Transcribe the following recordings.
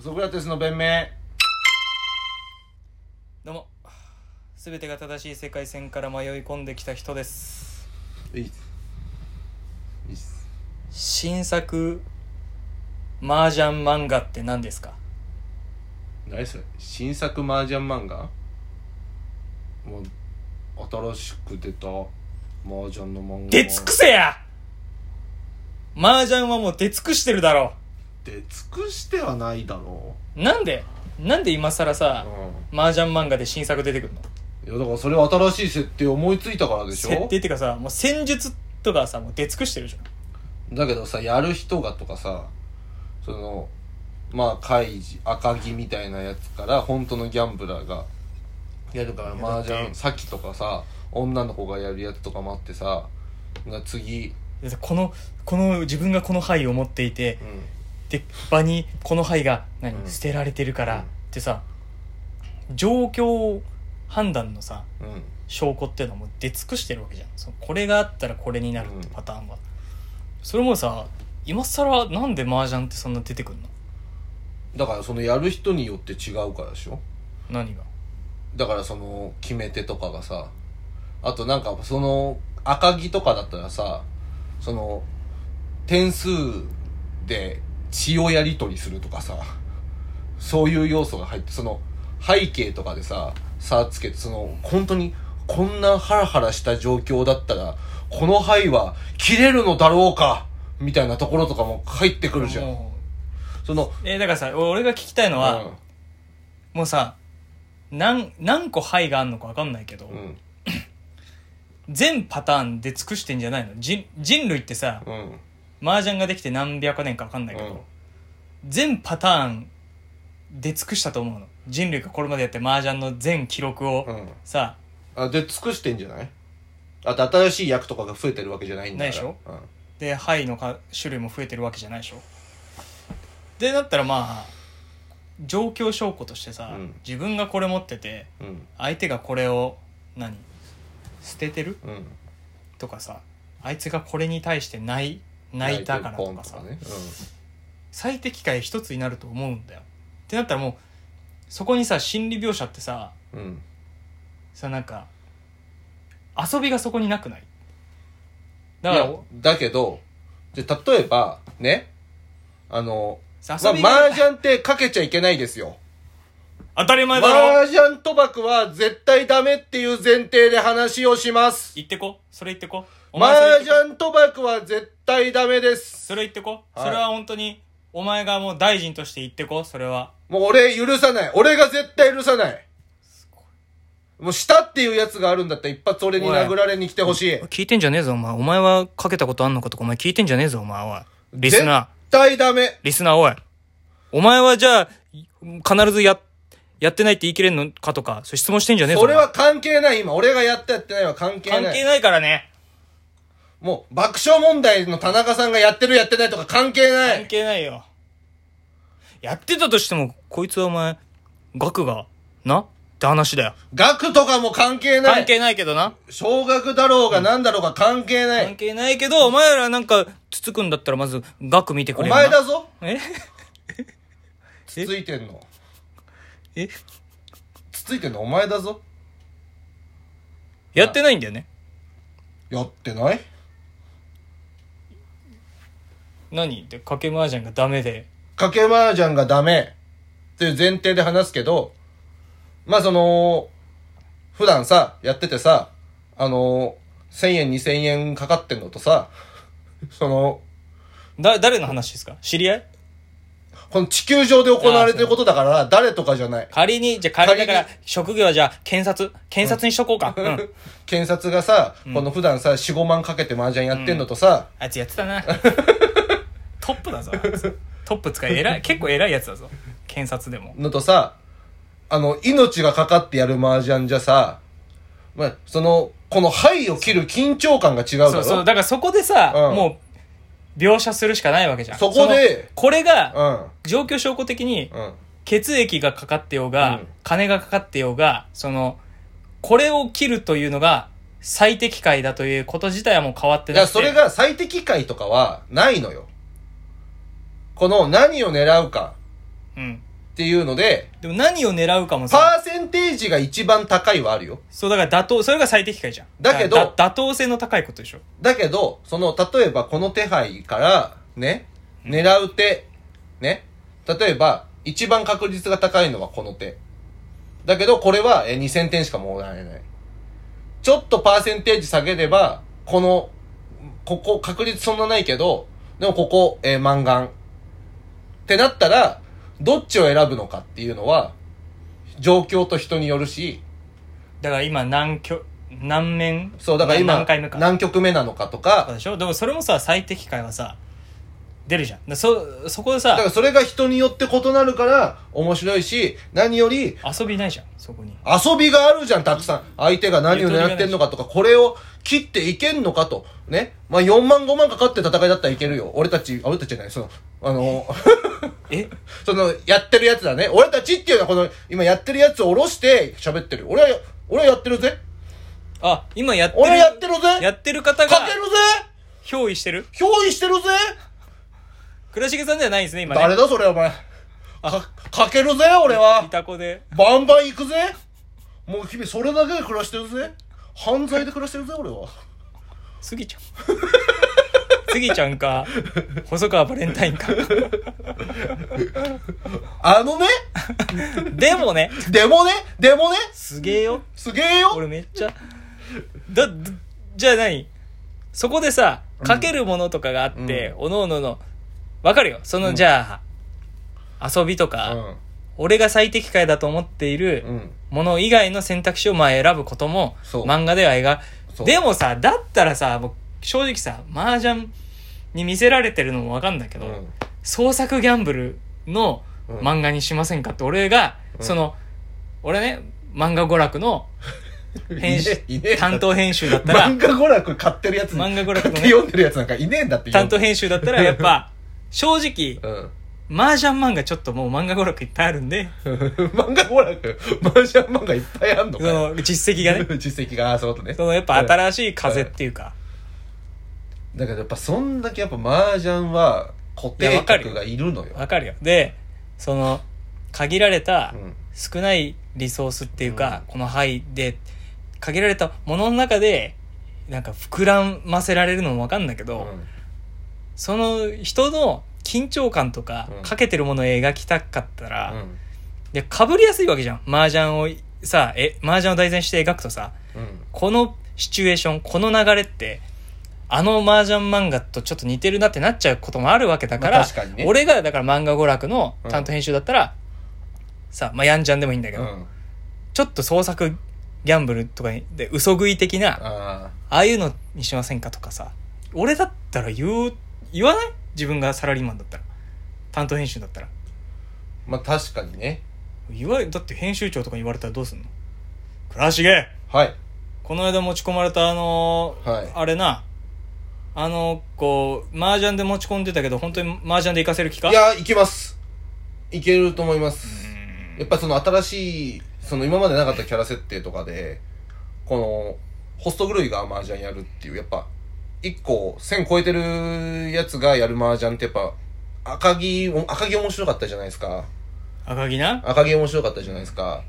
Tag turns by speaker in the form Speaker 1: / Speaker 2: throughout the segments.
Speaker 1: ソクラテスの弁明
Speaker 2: どうも全てが正しい世界線から迷い込んできた人です
Speaker 1: いいっすいいっす
Speaker 2: 新作麻雀漫画って何ですか
Speaker 1: 何それ新作麻雀漫画もう新しく出た麻雀の漫画
Speaker 2: 出尽くせや麻雀はもう出尽くしてるだろ
Speaker 1: 出尽くしてはないだろ
Speaker 2: なんでなんで今更
Speaker 1: う、
Speaker 2: さ
Speaker 1: う
Speaker 2: 麻雀漫画で新作出てくるの
Speaker 1: ん、いやだからそれは新しい設定思いついたからでしょ
Speaker 2: 設定っていうかさもう戦術とかさもう出尽くしてるじゃん
Speaker 1: だけどさやる人がとかさそのまあ開示赤木みたいなやつから本当のギャンブラーがやるから
Speaker 2: いやだ
Speaker 1: 麻
Speaker 2: って
Speaker 1: 雀さきとかさ女の子がやるやつとかもあってさが次、
Speaker 2: でさこのこの自分がこの牌を持っていて
Speaker 1: うん、
Speaker 2: で場にこの牌が何、
Speaker 1: うん
Speaker 2: 捨てられてるから、
Speaker 1: うん
Speaker 2: ってさ状況判断のさ
Speaker 1: うん、
Speaker 2: 証拠っていうのはもう出尽くしてるわけじゃんそのこれがあったらこれになるってパターンは、それもさ今更なんで麻雀ってそんな出てくんの
Speaker 1: だからそのやる人によって違うからでしょ
Speaker 2: 何が
Speaker 1: だからその決め手とかがさあとなんかその赤木とかだったらさその点数で血をやり取りするとかさそういう要素が入ってその背景とかでさ差つけてその本当にこんなハラハラした状況だったらこの牌は切れるのだろうかみたいなところとかも入ってくるじゃん
Speaker 2: も
Speaker 1: その
Speaker 2: うえだからさ俺が聞きたいのは、もうさ何何個牌があんのか分かんないけど、
Speaker 1: うんうん
Speaker 2: 全パターン出尽くしてんじゃないの人人類ってさ
Speaker 1: うん
Speaker 2: 麻雀ができて何百年か分かんないけど、全パターン出尽くしたと思うの人類がこれまでやって麻雀の全記録を
Speaker 1: うんうん
Speaker 2: さ、
Speaker 1: あで尽くしてんじゃないあと新しい役とかが増えてるわけじゃないんだから
Speaker 2: ないでし
Speaker 1: う
Speaker 2: ょ、
Speaker 1: ん、
Speaker 2: で牌のか種類も増えてるわけじゃないでしょでだったらまあ状況証拠としてさ、
Speaker 1: うん
Speaker 2: 自分がこれ持ってて
Speaker 1: うん
Speaker 2: 相手がこれを何捨ててる
Speaker 1: うん
Speaker 2: とかさあいつがこれに対して泣い泣いたからとかさ、
Speaker 1: 泣いてるポンとかね
Speaker 2: 最適解一つになると思うんだよってなったらもうそこにさ心理描写ってさ
Speaker 1: うん、うん、
Speaker 2: さなんか遊びがそこになくないだ
Speaker 1: だ
Speaker 2: か
Speaker 1: だけどじゃ例えばねあの、
Speaker 2: ら
Speaker 1: ま
Speaker 2: さ
Speaker 1: あ、
Speaker 2: 遊びが、
Speaker 1: 麻雀ってかけちゃいけないですよ
Speaker 2: 当たり前だろ、
Speaker 1: 麻雀賭博は絶対ダメっていう前提で話をします
Speaker 2: 言ってこそれ言ってこお前それ
Speaker 1: 麻
Speaker 2: 言ってこ
Speaker 1: 雀賭博は絶対ダメです
Speaker 2: それ言ってこ、
Speaker 1: はい
Speaker 2: それは本当にお前がもう大臣として言ってこそれは
Speaker 1: もう俺許さない俺が絶対許さないもうしたっていうやつがあるんだったら一発俺に殴られに来てほしい
Speaker 2: 聞いてんじゃねえぞお前お前はかけたことあんのかとかお前聞いてんじゃねえぞお前おいリスナー
Speaker 1: 絶対ダメ
Speaker 2: リスナーおいお前はじゃあ必ずややってないって言い切れんのかとかそういう質問してんじゃねえぞ
Speaker 1: それは関係ない今俺がやったやってないは関
Speaker 2: お
Speaker 1: 係な
Speaker 2: 前
Speaker 1: い
Speaker 2: 関係ないからね
Speaker 1: もう爆笑問題の田中さんがやってるやってないとか関係な
Speaker 2: 関
Speaker 1: い
Speaker 2: 係ないよやってたとしてもこいつはお前額がなって話だよ
Speaker 1: 額とかも関係な
Speaker 2: 関
Speaker 1: い
Speaker 2: 係ないけどな、
Speaker 1: 少額だろうが何だろうが関係ない、
Speaker 2: 関係ないけどお前らなんかつつくんだったらまず額見てく
Speaker 1: お
Speaker 2: れよな
Speaker 1: 前だぞ
Speaker 2: え
Speaker 1: つついてんの
Speaker 2: え
Speaker 1: つついてんのお前だぞ
Speaker 2: やってないんだよね
Speaker 1: やってない
Speaker 2: 何で賭け麻雀がダメで
Speaker 1: かけ麻雀がダメっていう前提で話すけど、まあその、普段さ、やっててさ、あの、1000円2000円かかってんのとさ、その、
Speaker 2: だ誰の話ですか知り合い
Speaker 1: この地球上で行われてることだから、誰とかじゃない。
Speaker 2: 仮にじゃあ仮だから
Speaker 1: 仮
Speaker 2: 職業はじゃあ検察検察にしとこうか、うん
Speaker 1: 検察がさ、この普段さ、4、5万かけて麻雀やってんのとさ、
Speaker 2: あいつやって たなトップだぞあいつトップ使い偉い結構偉いやつだぞ検察でも
Speaker 1: のとさ、あの、命がかかってやる麻雀じゃさ、まあ、その、この牌を切る緊張感が違うだろ
Speaker 2: そうそうだからそこでさ、
Speaker 1: うん
Speaker 2: もう描写するしかないわけじゃん
Speaker 1: そこで
Speaker 2: のこれが
Speaker 1: う
Speaker 2: 状況証拠的に
Speaker 1: ん、うん。
Speaker 2: 血液がかかってようが、
Speaker 1: うん
Speaker 2: 金がかかってようがそのこれを切るというのが最適解だということ自体はもう変わって
Speaker 1: い
Speaker 2: なく
Speaker 1: や、
Speaker 2: て
Speaker 1: それが最適解とかはないのよ。この何を狙うか
Speaker 2: うん
Speaker 1: っていうので、
Speaker 2: でも何を狙うかもさ、
Speaker 1: パーセンテージが一番高いはあるよ。
Speaker 2: そうだから妥当、それが最適解じゃん。
Speaker 1: だけど
Speaker 2: からだ妥当性の高いことでしょ。
Speaker 1: だけど、その、例えばこの手配から、ね、狙う手、ね、例えば、一番確率が高いのはこの手。だけど、これはえー2000点しかもらえない。ちょっとパーセンテージ下げれば、この、ここ、確率そんなないけど、でもここ、えー、満願。ってなったら、どっちを選ぶのかっていうのは、状況と人によるし、
Speaker 2: だから今何曲、何面
Speaker 1: そう、だから今、
Speaker 2: 何回目か。
Speaker 1: 何曲目なのかと
Speaker 2: とか
Speaker 1: か、
Speaker 2: でしょでもそれもさ、最適解はさ、出るじゃん。だそ、そこでさ
Speaker 1: だか、らそれが人によって異なるから面白いし、何より
Speaker 2: 遊びないじゃん、そこに。
Speaker 1: 遊びがあるじゃん、たくさん。相手が何を狙ってんのかとか、これを切っていけんのかと。ね。まあ、4万5万かかって戦いだったらいけるよ。俺たち、あ俺たちじゃない、その、あの、
Speaker 2: え
Speaker 1: その、やってるやつだね。俺たちっていうのはこの、今やってるやつを下ろして喋ってる。俺は、俺はやってるぜ。
Speaker 2: あ、今やってる。
Speaker 1: 俺やってるぜ。
Speaker 2: やってる方が
Speaker 1: かけるぜ
Speaker 2: 憑依してる
Speaker 1: 憑依してるぜ
Speaker 2: 倉重さんじゃないんですね、今ね。
Speaker 1: 誰だそれ、お前。か、かけるぜ、俺は。
Speaker 2: いた子で。
Speaker 1: バンバン行くぜもう君それだけで暮らしてるぜ犯罪で暮らしてるぜ俺は
Speaker 2: スギちゃん。 スギちゃんか、細川バレンタインか。
Speaker 1: あのね
Speaker 2: でもね、
Speaker 1: でもねでもね
Speaker 2: すげえよ。
Speaker 1: すげえよ
Speaker 2: 俺めっちゃ。だ、じゃあ何そこでさ、かけるものとかがあって、おのおのの、わかるよ。その、じゃあ、遊びとか、俺が最適解だと思っている
Speaker 1: うん
Speaker 2: もの以外の選択肢をまあ選ぶことも
Speaker 1: そう
Speaker 2: 漫画では描
Speaker 1: そう
Speaker 2: でもさだったらさ僕正直さ麻雀に見せられてるのもわかんだけど、
Speaker 1: うん
Speaker 2: 創作ギャンブルの漫画にしませんかって俺が、
Speaker 1: うん
Speaker 2: その俺ね漫画娯 楽の編集
Speaker 1: いねえいねえ
Speaker 2: 担当編集だったら
Speaker 1: 漫画娯楽買ってるやつ
Speaker 2: 漫画娯楽
Speaker 1: 買
Speaker 2: のね
Speaker 1: って読んでるやつなんかいねえんだって
Speaker 2: 担当編集だっ たらやっぱ正直
Speaker 1: 当うん
Speaker 2: 麻雀漫画ちょっともう漫画娯楽いっぱいあるんで
Speaker 1: 漫画娯楽マージャン漫画いっぱいあんの
Speaker 2: そ
Speaker 1: かよ
Speaker 2: の実績 がね
Speaker 1: 実績がああそういうことね
Speaker 2: そのやっぱ新しい風っていうか、
Speaker 1: だけどやっぱそんだけやっぱマージャンは固
Speaker 2: いや
Speaker 1: 定
Speaker 2: わかる
Speaker 1: 客
Speaker 2: よ
Speaker 1: がいるのよ
Speaker 2: わかるよ。で、その、限られた
Speaker 1: うん
Speaker 2: 少ないリソースっていうか、この範囲で、限られたものの中で、なんか膨らませられるのもわかんだけ
Speaker 1: う
Speaker 2: ど、
Speaker 1: ん
Speaker 2: その人の緊張感とか
Speaker 1: うん、
Speaker 2: かけてるものを描きたかったら、
Speaker 1: うん
Speaker 2: で、被りやすいわけじゃん。麻雀をさ、え、麻雀を題材にして描くとさ、
Speaker 1: うん
Speaker 2: このシチュエーション、この流れって、あの麻雀漫画とちょっと似てるなってなっちゃうこともあるわけだから、
Speaker 1: まあ確かにね
Speaker 2: 俺がだから漫画娯楽の担当編集だったら、さ、まあやんちゃんでもいいんだけ
Speaker 1: う
Speaker 2: ど、
Speaker 1: ん
Speaker 2: ちょっと創作ギャンブルとかにで嘘食い的な、あ
Speaker 1: ああ
Speaker 2: あいうのにしませんかとかさ、俺だったら言う、言わない自分がサラリーマンだったら。担当編集だったら。
Speaker 1: まあ確かにね
Speaker 2: 言われ、だって編集長とかに言われたらどうすんの倉重
Speaker 1: はい
Speaker 2: この間持ち込まれたあのー
Speaker 1: はい
Speaker 2: あれなあのこう麻雀で持ち込んでたけど本当に麻雀で行かせる気か
Speaker 1: いや、いけます。いけると思いま
Speaker 2: う
Speaker 1: す。
Speaker 2: ーん
Speaker 1: やっぱその新しい、その今までなかったキャラ設定とかで、この、ホスト狂いが麻雀やるっていう、やっぱ、一個、1000超えてるやつがやる麻雀ってやっぱ、赤木、赤木面白かったじゃないですか。
Speaker 2: 赤木な
Speaker 1: 赤木面白かったじゃないですか。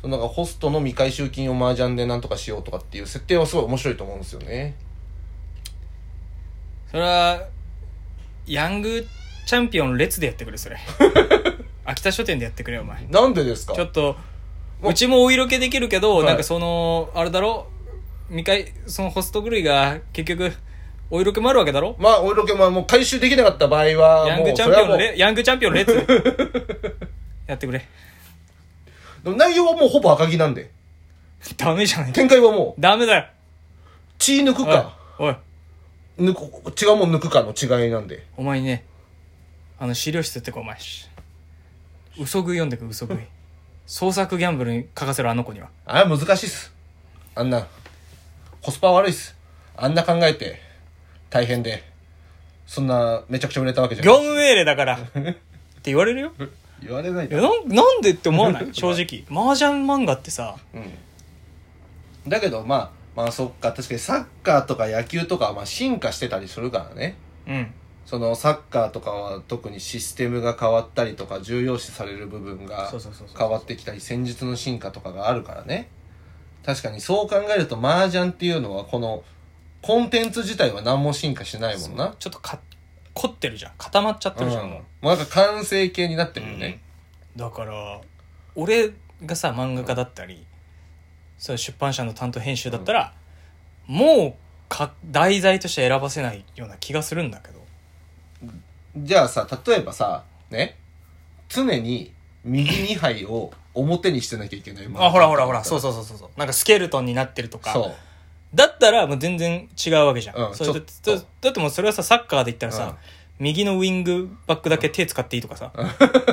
Speaker 1: そのなんかホストの未回収金を麻雀でなんとかしようとかっていう設定はすごい面白いと思うんですよね。
Speaker 2: それはヤングチャンピオン列でやってくれそ れ秋田書店でやってくれよお前
Speaker 1: なんでですか
Speaker 2: ちょっと
Speaker 1: もう
Speaker 2: うちもお色気できるけど、
Speaker 1: はい
Speaker 2: なんかそのあれだろ未回そのホスト狂いが結局お色気もあるわけだろ
Speaker 1: まあ、お色気ももう回収できなかった場合は、
Speaker 2: ヤン
Speaker 1: も
Speaker 2: グ
Speaker 1: う
Speaker 2: チャ
Speaker 1: そ
Speaker 2: ン
Speaker 1: れ
Speaker 2: ピオ
Speaker 1: は
Speaker 2: ン
Speaker 1: も
Speaker 2: の
Speaker 1: う、
Speaker 2: レヤングチャンピオ ン列でやってくれ
Speaker 1: でも内容はもうほぼ赤木なんで。
Speaker 2: ダメじゃない
Speaker 1: 展開はもう、
Speaker 2: ダメだよ
Speaker 1: 血抜くか、
Speaker 2: おいおい
Speaker 1: 抜く、違うもん抜くかの違いなんで。
Speaker 2: お前にねあの資料室ってこいお前し嘘食い読んでく嘘食い 創作ギャンブルに書かせるあの子には
Speaker 1: あれ難しいっす。あんな、コスパ悪いっす。あんな考えて、大変で、そんな、めちゃくちゃ売れたわけじゃな
Speaker 2: 業
Speaker 1: い。
Speaker 2: 務命令だからって言われるよ
Speaker 1: 言われない
Speaker 2: いやなんなんでって思わない正直麻雀漫画ってさ
Speaker 1: だけど、まあ、まあそっか、確かにサッカーとか野球とかはまあ進化してたりするからね。
Speaker 2: うん
Speaker 1: そのサッカーとかは特にシステムが変わったりとか重要視される部分が
Speaker 2: そうそうそうそう
Speaker 1: 変わってきたり戦術の進化とかがあるからね確かにそう考えると麻雀っていうのはこのコンテンツ自体は何も進化しないもんな
Speaker 2: ちょっとか凝ってるじゃん固まっちゃって
Speaker 1: うん
Speaker 2: るじゃん、も
Speaker 1: もうなんか完成形になって
Speaker 2: う
Speaker 1: るよね、
Speaker 2: うんだから俺がさ漫画家だったり、そう出版社の担当編集だったら、もうか題材として選ばせないような気がするんだけど
Speaker 1: じゃあさ例えばさね常に右2杯を表にしてなきゃいけない
Speaker 2: あほらほらほらそう
Speaker 1: う
Speaker 2: そうそうそうそうなんかスケルトンになってるとか
Speaker 1: そう
Speaker 2: だったらもう全然違うわけじゃん、
Speaker 1: うん
Speaker 2: それ
Speaker 1: ち
Speaker 2: だ
Speaker 1: ょっと
Speaker 2: だだってもうそれはさサッカーで言ったらさ、右のウィングバックだけ手使っていいとかさ、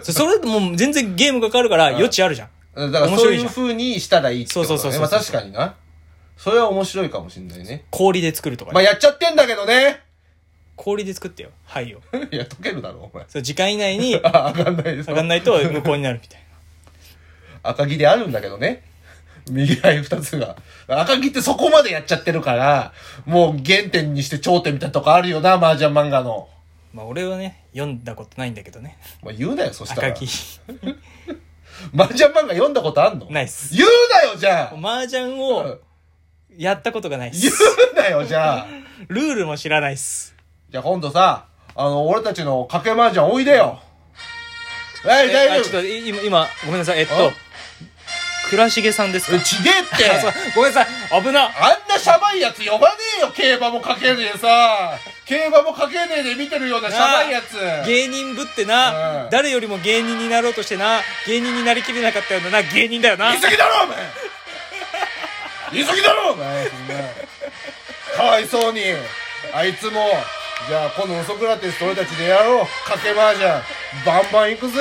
Speaker 2: そそれもう全然ゲームが変わるから
Speaker 1: ん
Speaker 2: 余地あるじゃん、
Speaker 1: だからそ
Speaker 2: 面
Speaker 1: う
Speaker 2: 白い
Speaker 1: い
Speaker 2: じゃ
Speaker 1: うん風にしたらいいってことだ、ね、
Speaker 2: そうそうそうそう
Speaker 1: まあ確かにな。それは面白いかもしんないね。
Speaker 2: 氷で作るとかね、
Speaker 1: まあやっちゃってんだけどね
Speaker 2: 氷で作ってよはいよ
Speaker 1: いや、溶けるだろ、お前。
Speaker 2: そう時間以内に
Speaker 1: あ、上がんないです。
Speaker 2: 上がんないと無効になるみたい
Speaker 1: 赤木であるんだけどね。右側二つが。赤木ってそこまでやっちゃってるから、もう原点にして頂点みたいなとこあるよな、麻雀漫画の。
Speaker 2: なまあ俺はね読んだことないんだけどね
Speaker 1: まあ言うなよ、そしたら。
Speaker 2: 赤木
Speaker 1: 麻雀漫画読んだことあんの
Speaker 2: ないっす
Speaker 1: 言うなよ、じゃあ
Speaker 2: 麻雀
Speaker 1: う
Speaker 2: を
Speaker 1: ん
Speaker 2: やったことがないっ
Speaker 1: 言
Speaker 2: す
Speaker 1: うなよ、じゃあ
Speaker 2: ルールも知らないっす
Speaker 1: じゃあ今度さ、あの、俺たちの賭け麻雀おいでよ。はい、
Speaker 2: え
Speaker 1: 大
Speaker 2: あ
Speaker 1: 丈
Speaker 2: ち
Speaker 1: 夫。
Speaker 2: ょっとい今今ごめんなさいえっと
Speaker 1: あ
Speaker 2: 倉重さんですか
Speaker 1: えちげえって
Speaker 2: あそうごめんなさい危な
Speaker 1: あんなシャバいやつ呼ばねえよ競馬もかけねえさ競馬もかけねえで見てるようなシャバいやつ
Speaker 2: 芸人ぶってな、
Speaker 1: うん
Speaker 2: 誰よりも芸人になろうとしてな芸人になりきれなかったようなな芸人だよな
Speaker 1: 言い過ぎだろお前言い過ぎだろお前そんなかわいそうにあいつもじゃあ今度ウソクラテスと俺たちでやろうかけ麻雀バンバン行くぜ